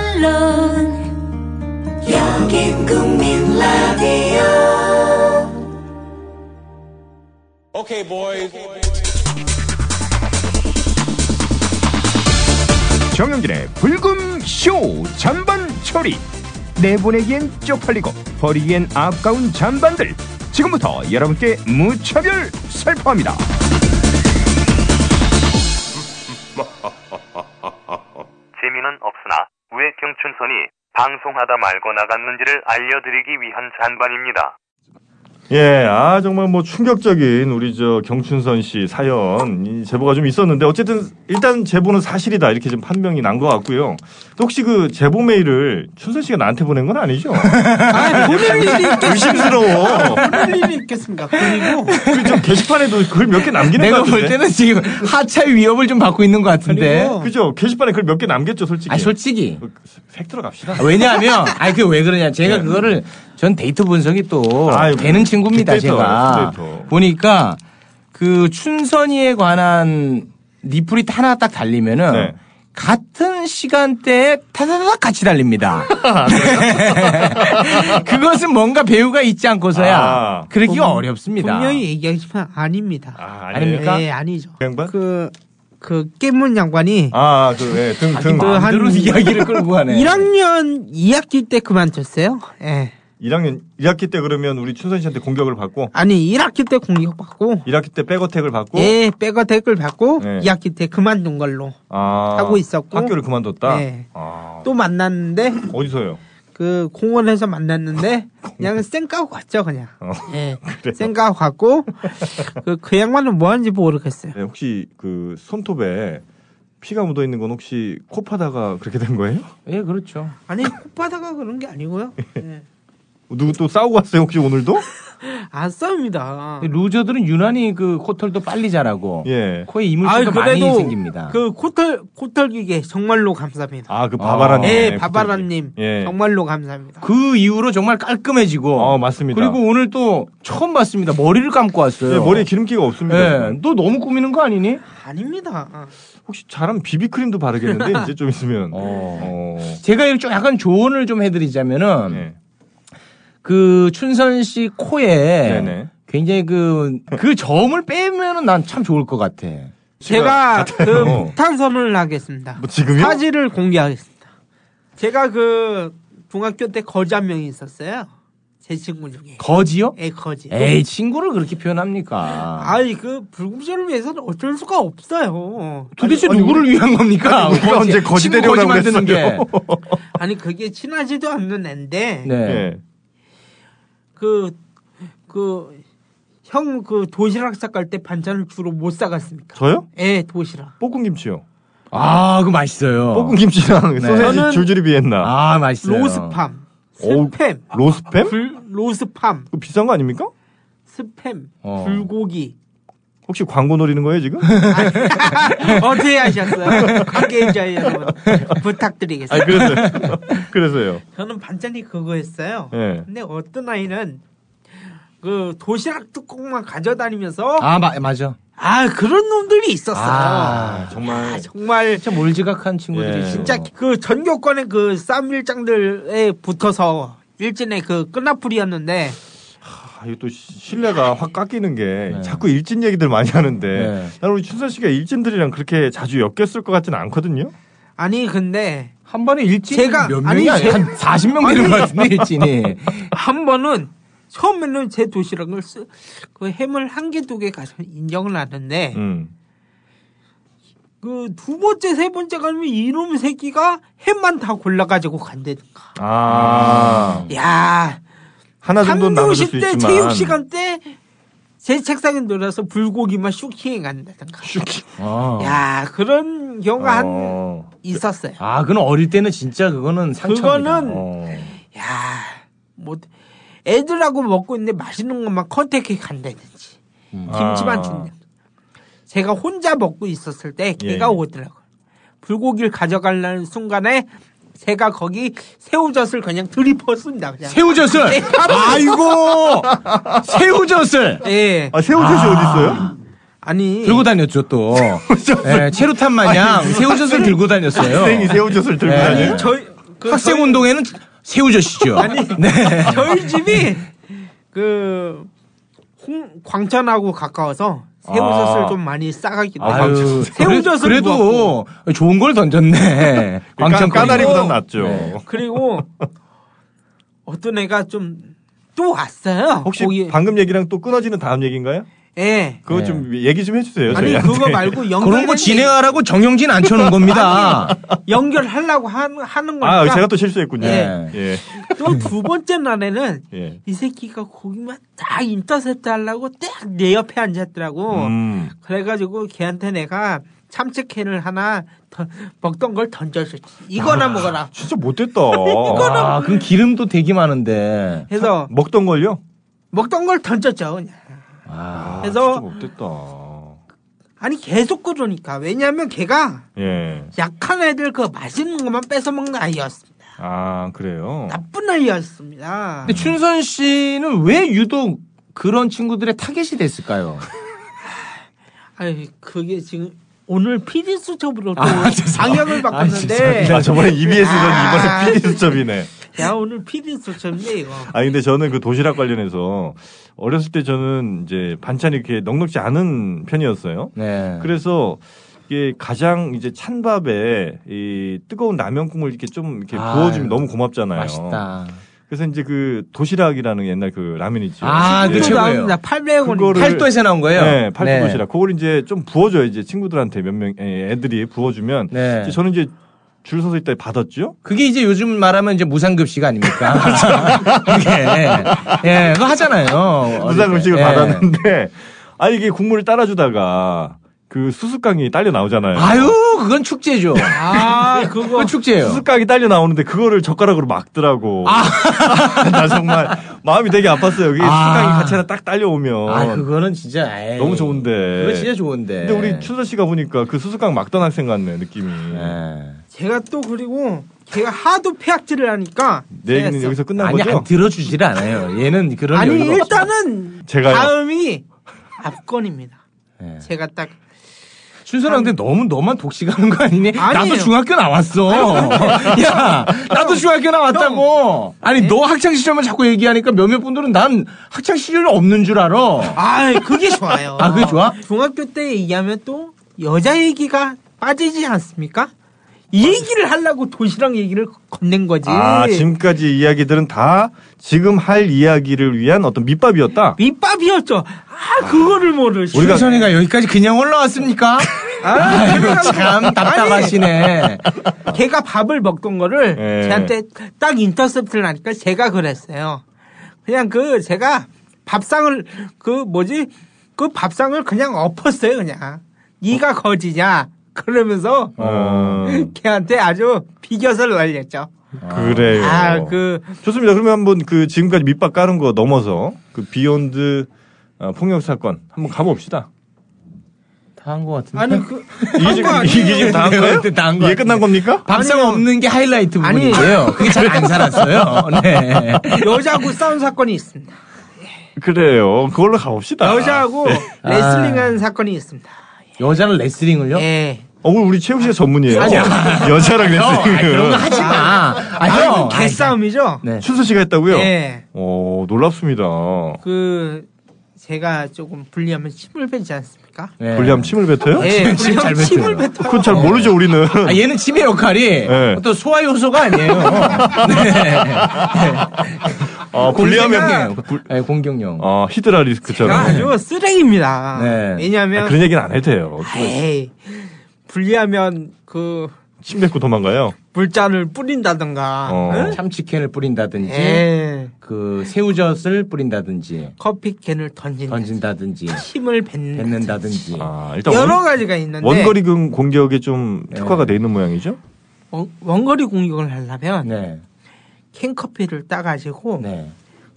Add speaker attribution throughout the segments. Speaker 1: 물론
Speaker 2: 여긴 국민 라디오
Speaker 3: Okay, boys.
Speaker 4: 정영진의 불금 쇼 잔반 처리 내보내기엔 쪽팔리고 버리기엔 아까운 잔반들 지금부터 여러분께 무차별 살포합니다
Speaker 5: 재미는 없으나 왜 경춘선이 방송하다 말고 나갔는지를 알려드리기 위한 잔반입니다.
Speaker 6: 예, 아 정말 뭐 충격적인 우리 저 경춘선 씨 사연 이 제보가 좀 있었는데 어쨌든 일단 제보는 사실이다 이렇게 좀 판명이 난 것 같고요. 또 혹시 그 제보 메일을 춘선 씨가 나한테 보낸 건 아니죠?
Speaker 7: 아, 보낼 일이
Speaker 6: 의심스러워.
Speaker 7: 보낼 일이 있겠습니까? 그리고
Speaker 6: 그좀 게시판에도 글 몇 개 남기는 것
Speaker 8: 내가
Speaker 6: 같은데.
Speaker 8: 볼 때는 지금 하차 위협을 좀 받고 있는 것 같은데.
Speaker 7: 그리고
Speaker 6: 그죠? 게시판에 글 몇 개 남겼죠, 솔직히. 어,
Speaker 8: 아니 솔직히
Speaker 6: 팩트로 갑시다.
Speaker 8: 왜냐하면 아니 그 왜 그러냐 제가 그거를 전 데이터 분석이 또
Speaker 6: 네. 아이고, 네.
Speaker 8: 되는 친구입니다
Speaker 6: 빅데이터,
Speaker 8: 제가
Speaker 6: 빅데이터.
Speaker 8: 보니까 그 춘선이에 관한 리플이 하나 딱 달리면은
Speaker 6: 네.
Speaker 8: 같은 시간대에 타다닥 같이 달립니다. 그것은 뭔가 배우가 있지 않고서야
Speaker 6: 네. 아.
Speaker 8: 그러기가
Speaker 7: 분-
Speaker 8: 어렵습니다.
Speaker 7: 분명히 얘기하지만 아닙니다.
Speaker 6: 아, 아닙니까?
Speaker 8: 아닙니까? 그러니까
Speaker 7: 예, 아니죠.
Speaker 6: 그 양반?
Speaker 7: 그, 그 깨문 양반이
Speaker 6: 아, 그, 예, 등, 등.
Speaker 7: 그 한-
Speaker 8: 마음대로 이야기를 끌고 가네.
Speaker 7: 1학년 2학기 때 그만뒀어요. 예.
Speaker 6: 1학년, 1학기 때 그러면 우리 춘선 씨한테 공격을 받고,
Speaker 7: 아니, 1학기 때 공격받고,
Speaker 6: 1학기 때 백어택을 받고,
Speaker 7: 예, 백어 댓글 받고,
Speaker 6: 네.
Speaker 7: 2학기 때 그만둔 걸로
Speaker 6: 아,
Speaker 7: 하고 있었고.
Speaker 6: 학교를 그만뒀다?
Speaker 7: 네.
Speaker 6: 아,
Speaker 7: 또 만났는데,
Speaker 6: 어디서요?
Speaker 7: 그 공원에서 만났는데, 그냥 쌩 까고 갔죠, 그냥.
Speaker 6: 어,
Speaker 7: 예. 쌩 까고 갔고, 그, 그 양반은 뭐 하는지 모르겠어요.
Speaker 6: 네, 혹시 그 손톱에 피가 묻어 있는 건 혹시 코 파다가 그렇게 된 거예요?
Speaker 8: 예 그렇죠.
Speaker 7: 아니, 콧바다가 그런 게 아니고요. 예.
Speaker 6: 누구 또 싸우고 왔어요? 혹시 오늘도?
Speaker 7: 안 싸웁니다.
Speaker 8: 루저들은 유난히 그 코털도 빨리 자라고
Speaker 6: 예.
Speaker 8: 코에 이물질도 많이 생깁니다.
Speaker 7: 그 코털 코털 기계 정말로 감사합니다.
Speaker 6: 아, 그 바바라님.
Speaker 7: 네,
Speaker 6: 네,
Speaker 7: 바바라님
Speaker 6: 예.
Speaker 7: 정말로 감사합니다.
Speaker 8: 그 이후로 정말 깔끔해지고.
Speaker 6: 어, 맞습니다.
Speaker 8: 그리고 오늘 또 처음 봤습니다. 머리를 감고 왔어요.
Speaker 6: 예, 머리에 기름기가 없습니다.
Speaker 8: 예,
Speaker 6: 지금.
Speaker 8: 너 너무 꾸미는 거 아니니?
Speaker 7: 아닙니다. 어.
Speaker 6: 혹시 잘하면 비비크림도 바르겠는데 이제 좀 있으면.
Speaker 8: 어.
Speaker 6: 어.
Speaker 8: 제가 이렇게 좀 약간 조언을 좀 해드리자면은
Speaker 6: 네.
Speaker 8: 그 춘선 씨 코에
Speaker 6: 네네.
Speaker 8: 굉장히 그, 그 점을 빼면은 난 참 좋을 것 같아.
Speaker 7: 제가 그
Speaker 6: 같아요.
Speaker 7: 폭탄선을 하겠습니다.
Speaker 6: 뭐 지금요?
Speaker 7: 사진을 공개하겠습니다. 제가 그 중학교 때 거지 한 명이 있었어요. 제 친구 중에.
Speaker 8: 거지요?
Speaker 7: 에 거지.
Speaker 8: 에이, 친구를 그렇게 표현합니까?
Speaker 7: 아이 그 불금쇼를 위해서는 어쩔 수가 없어요.
Speaker 8: 도대체 누구를 위한 겁니까?
Speaker 6: 우리가
Speaker 8: 거지,
Speaker 6: 언제 거지
Speaker 8: 친구
Speaker 6: 데려오라고
Speaker 8: 만드는 게.
Speaker 6: 그랬어요?
Speaker 7: 아니 그게 친하지도 않는 앤데
Speaker 8: 네.
Speaker 6: 예.
Speaker 7: 그 그 형 그 도시락 싸갈 때 반찬을 주로 못 싸갔습니까?
Speaker 6: 저요?
Speaker 7: 예, 도시락.
Speaker 6: 볶음김치요.
Speaker 8: 아, 그거 맛있어요.
Speaker 6: 볶음김치랑
Speaker 7: 저는-
Speaker 6: 소세지 줄줄이 비엔나.
Speaker 8: 아, 맛있어요.
Speaker 7: 로스팜,
Speaker 6: 어우,
Speaker 7: 스팸,
Speaker 6: 로스팸?
Speaker 7: 불, 로스팜,
Speaker 6: 그거 비싼 거 아닙니까?
Speaker 7: 스팸,
Speaker 8: 어.
Speaker 7: 불고기.
Speaker 6: 혹시 광고 노리는 거예요 지금?
Speaker 7: 어떻게 하셨어요? 관계자 여러분
Speaker 6: 아니
Speaker 7: 부탁드리겠습니다.
Speaker 6: 그래서요. 그래서요.
Speaker 7: 저는 반찬이 그거였어요.
Speaker 6: 예.
Speaker 7: 근데 어떤 아이는 그 도시락 뚜껑만 가져다니면서 아,
Speaker 8: 아, 마, 맞아.
Speaker 7: 그런 놈들이 있었어.
Speaker 8: 아,
Speaker 7: 아,
Speaker 6: 정말
Speaker 7: 정말
Speaker 8: 진짜 몰지각한 친구들이
Speaker 6: 예.
Speaker 7: 진짜 그 전교권의 그 쌈밀장들에 붙어서 일진의 그 끝나풀이었는데
Speaker 6: 아, 이거 또 시- 신뢰가 확 깎이는 게
Speaker 7: 네.
Speaker 6: 자꾸 일진 얘기들 많이 하는데
Speaker 8: 네.
Speaker 6: 나는 우리 춘선 씨가 일진들이랑 그렇게 자주 엮였을 것 같지는 않거든요.
Speaker 7: 아니 근데
Speaker 8: 한 번에 일진
Speaker 7: 제가-
Speaker 8: 몇
Speaker 7: 아니,
Speaker 8: 명이 아니,
Speaker 7: 제-
Speaker 8: 한 40명 되는 것 같은데 일진이.
Speaker 7: 한 번은 처음에는 제 도시락을 쓰, 그 햄을 한 개 두 개 가서 인정을 하는데
Speaker 6: 음.
Speaker 7: 그 두 번째 세 번째 가면 이놈 새끼가 햄만 다 골라가지고 간다든가.
Speaker 6: 아
Speaker 7: 야
Speaker 6: 하나 정도는 나눠줄 수
Speaker 7: 음. 30대
Speaker 6: 있지만
Speaker 7: 체육 시간 때 제 책상에 놀아서 불고기만 슈킹 간다든가.
Speaker 6: 슉.
Speaker 8: 어.
Speaker 7: 야 그런 경우가 한
Speaker 6: 어.
Speaker 7: 있었어요.
Speaker 8: 아, 그건 어릴 때는 진짜 그거는 상처입니다.
Speaker 7: 그거는
Speaker 6: 어.
Speaker 7: 야, 뭐 애들하고 먹고 있는데 맛있는 것만 컨택해 간다든지
Speaker 8: 음.
Speaker 7: 김치만
Speaker 6: 아.
Speaker 7: 준다. 제가 혼자 먹고 있었을 때
Speaker 6: 예,
Speaker 7: 걔가
Speaker 6: 예.
Speaker 7: 오더라고. 요 불고기를 가져가려는 순간에 제가 거기 새우젓을 그냥 들이퍼습니다. 그냥.
Speaker 8: 새우젓을
Speaker 7: 네, 바로.
Speaker 8: 아이고 새우젓을
Speaker 7: 예.
Speaker 6: 아 새우젓이 어디 있어요?
Speaker 7: 아니
Speaker 8: 들고 다녔죠 또 예, 체루탄 마냥 새우젓을 들고 다녔어요.
Speaker 6: 아, 선생이 새우젓을 들고
Speaker 8: 네.
Speaker 6: 다녀요.
Speaker 7: 저희
Speaker 8: 학생 운동회는 새우젓이죠. 네.
Speaker 7: 저희 집이 그 홍, 광천하고 가까워서 새우젓을
Speaker 6: 아.
Speaker 7: 좀 많이 싸가기도
Speaker 6: 아,
Speaker 7: 하고
Speaker 8: 아유,
Speaker 7: 새우젓을
Speaker 8: 그래도 좋은 걸 던졌네. 광천
Speaker 6: 그러니까 까, 다리보단
Speaker 7: 그리고-
Speaker 6: 낫죠.
Speaker 7: 네. 그리고 어떤 애가 좀 또 왔어요.
Speaker 6: 혹시
Speaker 7: 거기-
Speaker 6: 방금 얘기랑 또 끊어지는 다음 얘기인가요?
Speaker 7: 예.
Speaker 6: 그거
Speaker 8: 네.
Speaker 6: 좀 얘기 좀 해주세요.
Speaker 7: 아니
Speaker 6: 저희한테.
Speaker 7: 그거 말고 연결
Speaker 8: 그런 거 진행하라고 정영진 안 쳐놓은 겁니다.
Speaker 7: 연결하려고 하는, 하는 거니까 그러니까
Speaker 6: 아, 제가 또 실수했군요.
Speaker 8: 네.
Speaker 6: 예.
Speaker 7: 또 두 번째 날에는
Speaker 6: 예.
Speaker 7: 이 새끼가 거기만 딱 인터셉트 하려고 딱 내 옆에 앉았더라고.
Speaker 6: 음.
Speaker 7: 그래가지고 걔한테 내가 참치캔을 하나 더- 먹던 걸 던져줬지.
Speaker 6: 아.
Speaker 7: 이거나 먹어라.
Speaker 6: 진짜 못됐다.
Speaker 8: 아, 그럼 기름도 되게 많은데.
Speaker 7: 해서
Speaker 6: 아. 먹던 걸요?
Speaker 7: 먹던 걸 던졌죠. 그냥.
Speaker 8: 아,
Speaker 7: 그래서
Speaker 6: 진짜 못됐다.
Speaker 7: 아니 계속 그러니까 왜냐하면 걔가
Speaker 6: 예.
Speaker 7: 약한 애들 그 맛있는 것만 뺏어 먹는 아이였습니다.
Speaker 6: 아, 그래요?
Speaker 7: 나쁜 아이였습니다.
Speaker 8: 근데 춘선 씨는 왜 유독 그런 친구들의 타겟이 됐을까요?
Speaker 7: 아니 그게 지금 오늘 PD 수첩으로 또
Speaker 8: 아, 죄송합니다.
Speaker 7: 방역을
Speaker 8: 아,
Speaker 7: 바꿨는데
Speaker 6: 아, 저번에 EBS전
Speaker 7: 네. 아.
Speaker 6: 이번에 PD 수첩이네.
Speaker 7: 야 오늘 PD 수첩인데 이거.
Speaker 6: 아 근데 저는 그 도시락 관련해서 어렸을 때 저는 이제 반찬이 이렇게 넉넉지 않은 편이었어요.
Speaker 8: 네.
Speaker 6: 그래서 이게 가장 이제 찬 밥에 이 뜨거운 라면 국물 이렇게 좀 이렇게
Speaker 8: 아유,
Speaker 6: 부어주면 너무 고맙잖아요.
Speaker 8: 맛있다.
Speaker 6: 그래서 이제 그 도시락이라는 옛날 그 라면 있죠.
Speaker 8: 아, 그
Speaker 6: 예.
Speaker 8: 최고예요.
Speaker 7: 나옵니다. 800원.
Speaker 6: 그거를-
Speaker 8: 팔도에서 나온 거예요?
Speaker 6: 네, 팔도 도시락. 그걸 이제 좀 부어줘요. 이제 친구들한테 몇 명 예, 애들이 부어주면
Speaker 8: 네.
Speaker 6: 이제 저는 이제 줄 서서 있다 받았죠.
Speaker 8: 그게 이제 요즘 말하면 이제 무상급식 아닙니까? 그게. 예, 그거 하잖아요.
Speaker 6: 무상 음식을
Speaker 8: 예.
Speaker 6: 받았는데 아 이게 국물을 따라주다가 그 수수깡이 딸려 나오잖아요.
Speaker 8: 아유, 그건 축제죠.
Speaker 7: 아 그거
Speaker 8: 그건 축제예요.
Speaker 6: 수수깡이 딸려 나오는데 그거를 젓가락으로 막더라고. 나 정말 마음이 되게 아팠어요. 여기
Speaker 8: 아.
Speaker 6: 수수깡이 같이 하나 딱 딸려오면
Speaker 8: 아, 그거는 진짜, 에이.
Speaker 6: 너무 좋은데.
Speaker 8: 그거 진짜 좋은데.
Speaker 6: 근데 우리 춘서 씨가 보니까 그 수수깡 막던 학생 같네 느낌이.
Speaker 8: 예.
Speaker 7: 제가 또 그리고 걔가 하도 폐악질을 하니까
Speaker 6: 내 얘기는
Speaker 7: 그랬어.
Speaker 6: 여기서 끝난
Speaker 8: 아니,
Speaker 6: 거죠?
Speaker 8: 안 들어주질 않아요. 얘는 네, 그런
Speaker 7: 아니
Speaker 8: 여유가 없어요.
Speaker 7: 일단은
Speaker 6: 제가요?
Speaker 7: 다음이 압권입니다.
Speaker 8: 예.
Speaker 7: 제가 딱
Speaker 8: 순서랑 근데 너무 너만 독식하는 거 아니니? 나도
Speaker 7: 아니에요.
Speaker 8: 중학교 나왔어. 야, 나도 중학교 나왔다고. 아니 너 학창 시절만 자꾸 얘기하니까 몇몇 분들은 난 학창 시절 없는 줄 알아.
Speaker 7: 아, 그게 좋아요.
Speaker 8: 아, 그게 좋아?
Speaker 7: 중학교 때 얘기하면 또 여자 얘기가 빠지지 않습니까? 이 얘기를 하려고 도시락 얘기를 건넨 거지.
Speaker 6: 아
Speaker 8: 예.
Speaker 6: 지금까지 이야기들은 다 지금 할 이야기를 위한 어떤 밑밥이었다.
Speaker 7: 밑밥이었죠. 아, 그거를 모르지.
Speaker 6: 우리가-
Speaker 8: 순선이가 여기까지 그냥 올라왔습니까? 아이고 참 답답하시네.
Speaker 7: 걔가 밥을 먹던 거를
Speaker 6: 예.
Speaker 7: 걔한테 딱 인터셉트를 하니까 제가 그랬어요. 그냥 그 제가 밥상을 그 뭐지 그 밥상을 그냥 엎었어요 그냥. 네가 거지냐 그러면서
Speaker 6: 어,
Speaker 7: 걔한테 아주 비겨서를 날렸죠.
Speaker 8: 아.
Speaker 6: 그래요.
Speaker 7: 아그
Speaker 6: 좋습니다. 그러면 한번 그 지금까지 밑밥 까는 거 넘어서 그 비욘드 어, 폭력 사건 한번 가봅시다.
Speaker 8: 다 한 거 같은데.
Speaker 7: 아니 그
Speaker 6: 이게 지금 이게 지금 다한
Speaker 8: 내가
Speaker 6: 거예요?
Speaker 8: 볼때다한 네, 거야.
Speaker 6: 이게 끝난 겁니까?
Speaker 8: 밥상 없는 게 하이라이트
Speaker 7: 아니.
Speaker 8: 부분인데요. 그게 잘 안 살았어요. 네.
Speaker 7: 여자하고 싸운 사건이 있습니다.
Speaker 6: 그래요. 그걸로 가봅시다.
Speaker 7: 여자하고
Speaker 8: 아.
Speaker 7: 레슬링한 사건이 있습니다.
Speaker 8: 여자는 레슬링을요?
Speaker 7: 예.
Speaker 6: 어, 우리 최우 씨가 전문이에요.
Speaker 7: 아니야.
Speaker 6: 여자랑
Speaker 8: 형, 어, 아니, 그런 거
Speaker 6: 레슬링을.
Speaker 8: 하지 마. 아,
Speaker 7: 아,
Speaker 8: 형.
Speaker 7: 이건 개싸움이죠.
Speaker 8: 네.
Speaker 6: 춘수 씨가 했다고요?
Speaker 7: 예.
Speaker 6: 어, 놀랍습니다.
Speaker 7: 그 제가 조금 불리하면 침을 뱉지 않습니까?
Speaker 8: 네.
Speaker 6: 불리하면 침을 뱉어요?
Speaker 7: 예,
Speaker 8: 침을 잘
Speaker 7: 불리하면
Speaker 8: 뱉어요.
Speaker 7: 침을 뱉어요.
Speaker 6: 그건 잘 모르죠, 우리는.
Speaker 8: 아, 얘는 침의 역할이
Speaker 6: 네.
Speaker 8: 어떤 소화 요소가 아니에요. 네.
Speaker 6: 아, 불리하면.
Speaker 8: 공격력. 네, 공격력.
Speaker 6: 어, 히드라 리스크처럼.
Speaker 7: 제가 아주 쓰레기입니다.
Speaker 8: 네.
Speaker 6: 아,
Speaker 7: 왜냐하면
Speaker 6: 그런 얘기는 안 해도 돼요.
Speaker 7: 에이, 불리하면 그
Speaker 6: 침 뱉고 도망가요.
Speaker 7: 물잔을 뿌린다던가
Speaker 6: 어.
Speaker 7: 응?
Speaker 8: 네. 참치캔을 뿌린다든지,
Speaker 7: 예,
Speaker 8: 그 새우젓을 뿌린다든지,
Speaker 7: 커피캔을 던진다.
Speaker 8: 던진다든지,
Speaker 7: 침을 뱉는다.
Speaker 8: 뱉는다든지.
Speaker 6: 아, 일단
Speaker 7: 여러
Speaker 6: 원,
Speaker 7: 가지가 네. 있는데
Speaker 6: 원거리 근- 공격에 좀 특화가 돼 있는 모양이죠?
Speaker 7: 어, 원- 원거리 공격을 하려면
Speaker 8: 네.
Speaker 7: 캔커피를 따가지고
Speaker 8: 네.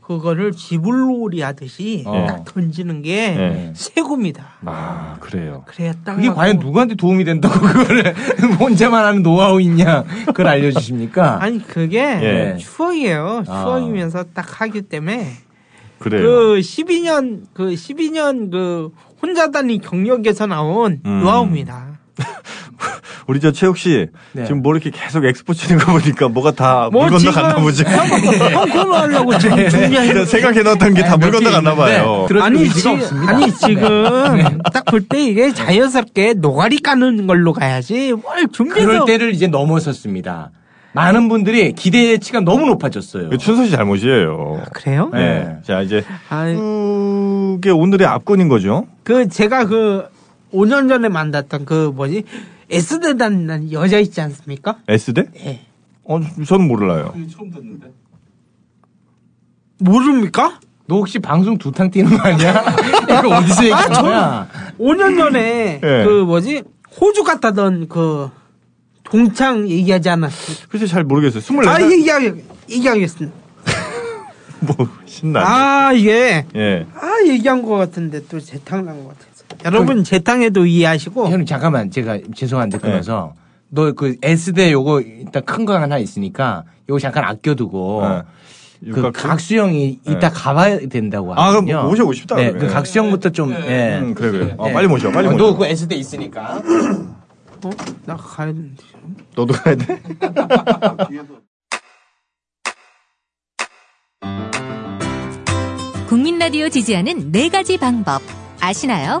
Speaker 7: 그거를 지불놀이 하듯이
Speaker 8: 어.
Speaker 7: 딱 던지는 게
Speaker 6: 네.
Speaker 7: 세고입니다. 뭐
Speaker 6: 아, 그래요.
Speaker 7: 그래야 딱
Speaker 8: 그게
Speaker 7: 맞고.
Speaker 8: 과연 누구한테 도움이 된다고 그거를 혼자만 하는 노하우 있냐 그걸 알려주십니까?
Speaker 7: 아니 그게
Speaker 6: 예.
Speaker 7: 추억이에요.
Speaker 8: 아.
Speaker 7: 추억이면서 딱 하기 때문에
Speaker 6: 그래요.
Speaker 7: 그 12년 그 12년 그 혼자 다닌 경력에서 나온
Speaker 6: 음.
Speaker 7: 노하우입니다.
Speaker 6: 우리 저 최욱 씨
Speaker 8: 네.
Speaker 6: 지금 뭐 이렇게 계속 엑스포 치는 거 보니까 뭐가 다
Speaker 7: 뭐
Speaker 6: 아, 물 건너
Speaker 7: 지금
Speaker 6: 갔나 보지.
Speaker 7: 형 코너 하려고 지금 준비하는
Speaker 6: 생각해 놨던
Speaker 7: 네,
Speaker 6: 게 다 물 건너
Speaker 8: 네.
Speaker 6: 갔나 봐요.
Speaker 8: 아니,
Speaker 7: 아니
Speaker 8: 지금
Speaker 7: 지금 아니 지금 딱 볼 때 이게 자연스럽게 노가리 까는 걸로 가야지 뭘 준비해서
Speaker 8: 그럴 때를 이제 넘어섰습니다. 많은 분들이 기대치가 너무 높아졌어요.
Speaker 6: 이거 춘선 씨 잘못이에요.
Speaker 7: 그래요?
Speaker 6: 네.
Speaker 8: 네.
Speaker 6: 자 이제
Speaker 7: 아이.
Speaker 6: 그게 오늘의 압권인 거죠.
Speaker 7: 그 제가 그 5년 전에 만났던 그 뭐지 S대단 여자 있지 않습니까?
Speaker 6: S대?
Speaker 7: 예.
Speaker 6: 어, 저는 몰라요.
Speaker 7: 모릅니까?
Speaker 8: 너 혹시 방송 두 탕 뛰는 거 아니야? 이거 어디서 얘기하는 거야?
Speaker 7: 5년 전에
Speaker 6: 예.
Speaker 7: 그 뭐지 호주 갔다던 그 동창 얘기하지 않았습니까?
Speaker 6: 글쎄 잘 모르겠어요.
Speaker 7: 아
Speaker 6: 24살
Speaker 7: 얘기하 얘기하겠습니다.
Speaker 6: 뭐 신나.
Speaker 7: 아 이게
Speaker 6: 예.
Speaker 7: 아 얘기한 것 같은데 또 재탕 난것 같아서 여러분 재탕에도 이해하시고
Speaker 8: 형님 잠깐만 제가 죄송한데 끊어서 너 그 S대 요거 일단 큰 거 하나 있으니까 요거 잠깐 아껴두고
Speaker 6: 예.
Speaker 8: 그
Speaker 6: 육각수?
Speaker 8: 각수형이
Speaker 6: 네.
Speaker 8: 이따 가봐야 된다고
Speaker 6: 아,
Speaker 8: 하거든요.
Speaker 6: 그럼 모셔오십시다,
Speaker 8: 네,
Speaker 6: 그러면.
Speaker 8: 그 각수형부터 좀. 예.
Speaker 6: 음, 그래 그래. 아,
Speaker 8: 네.
Speaker 6: 빨리 모셔. 빨리
Speaker 8: 어,
Speaker 6: 모셔.
Speaker 8: 너 그 S대 있으니까.
Speaker 7: 어? 나 가야 되는데
Speaker 6: 너도 가야 돼?
Speaker 1: 국민 라디오 지지하는 네 가지 방법 아시나요?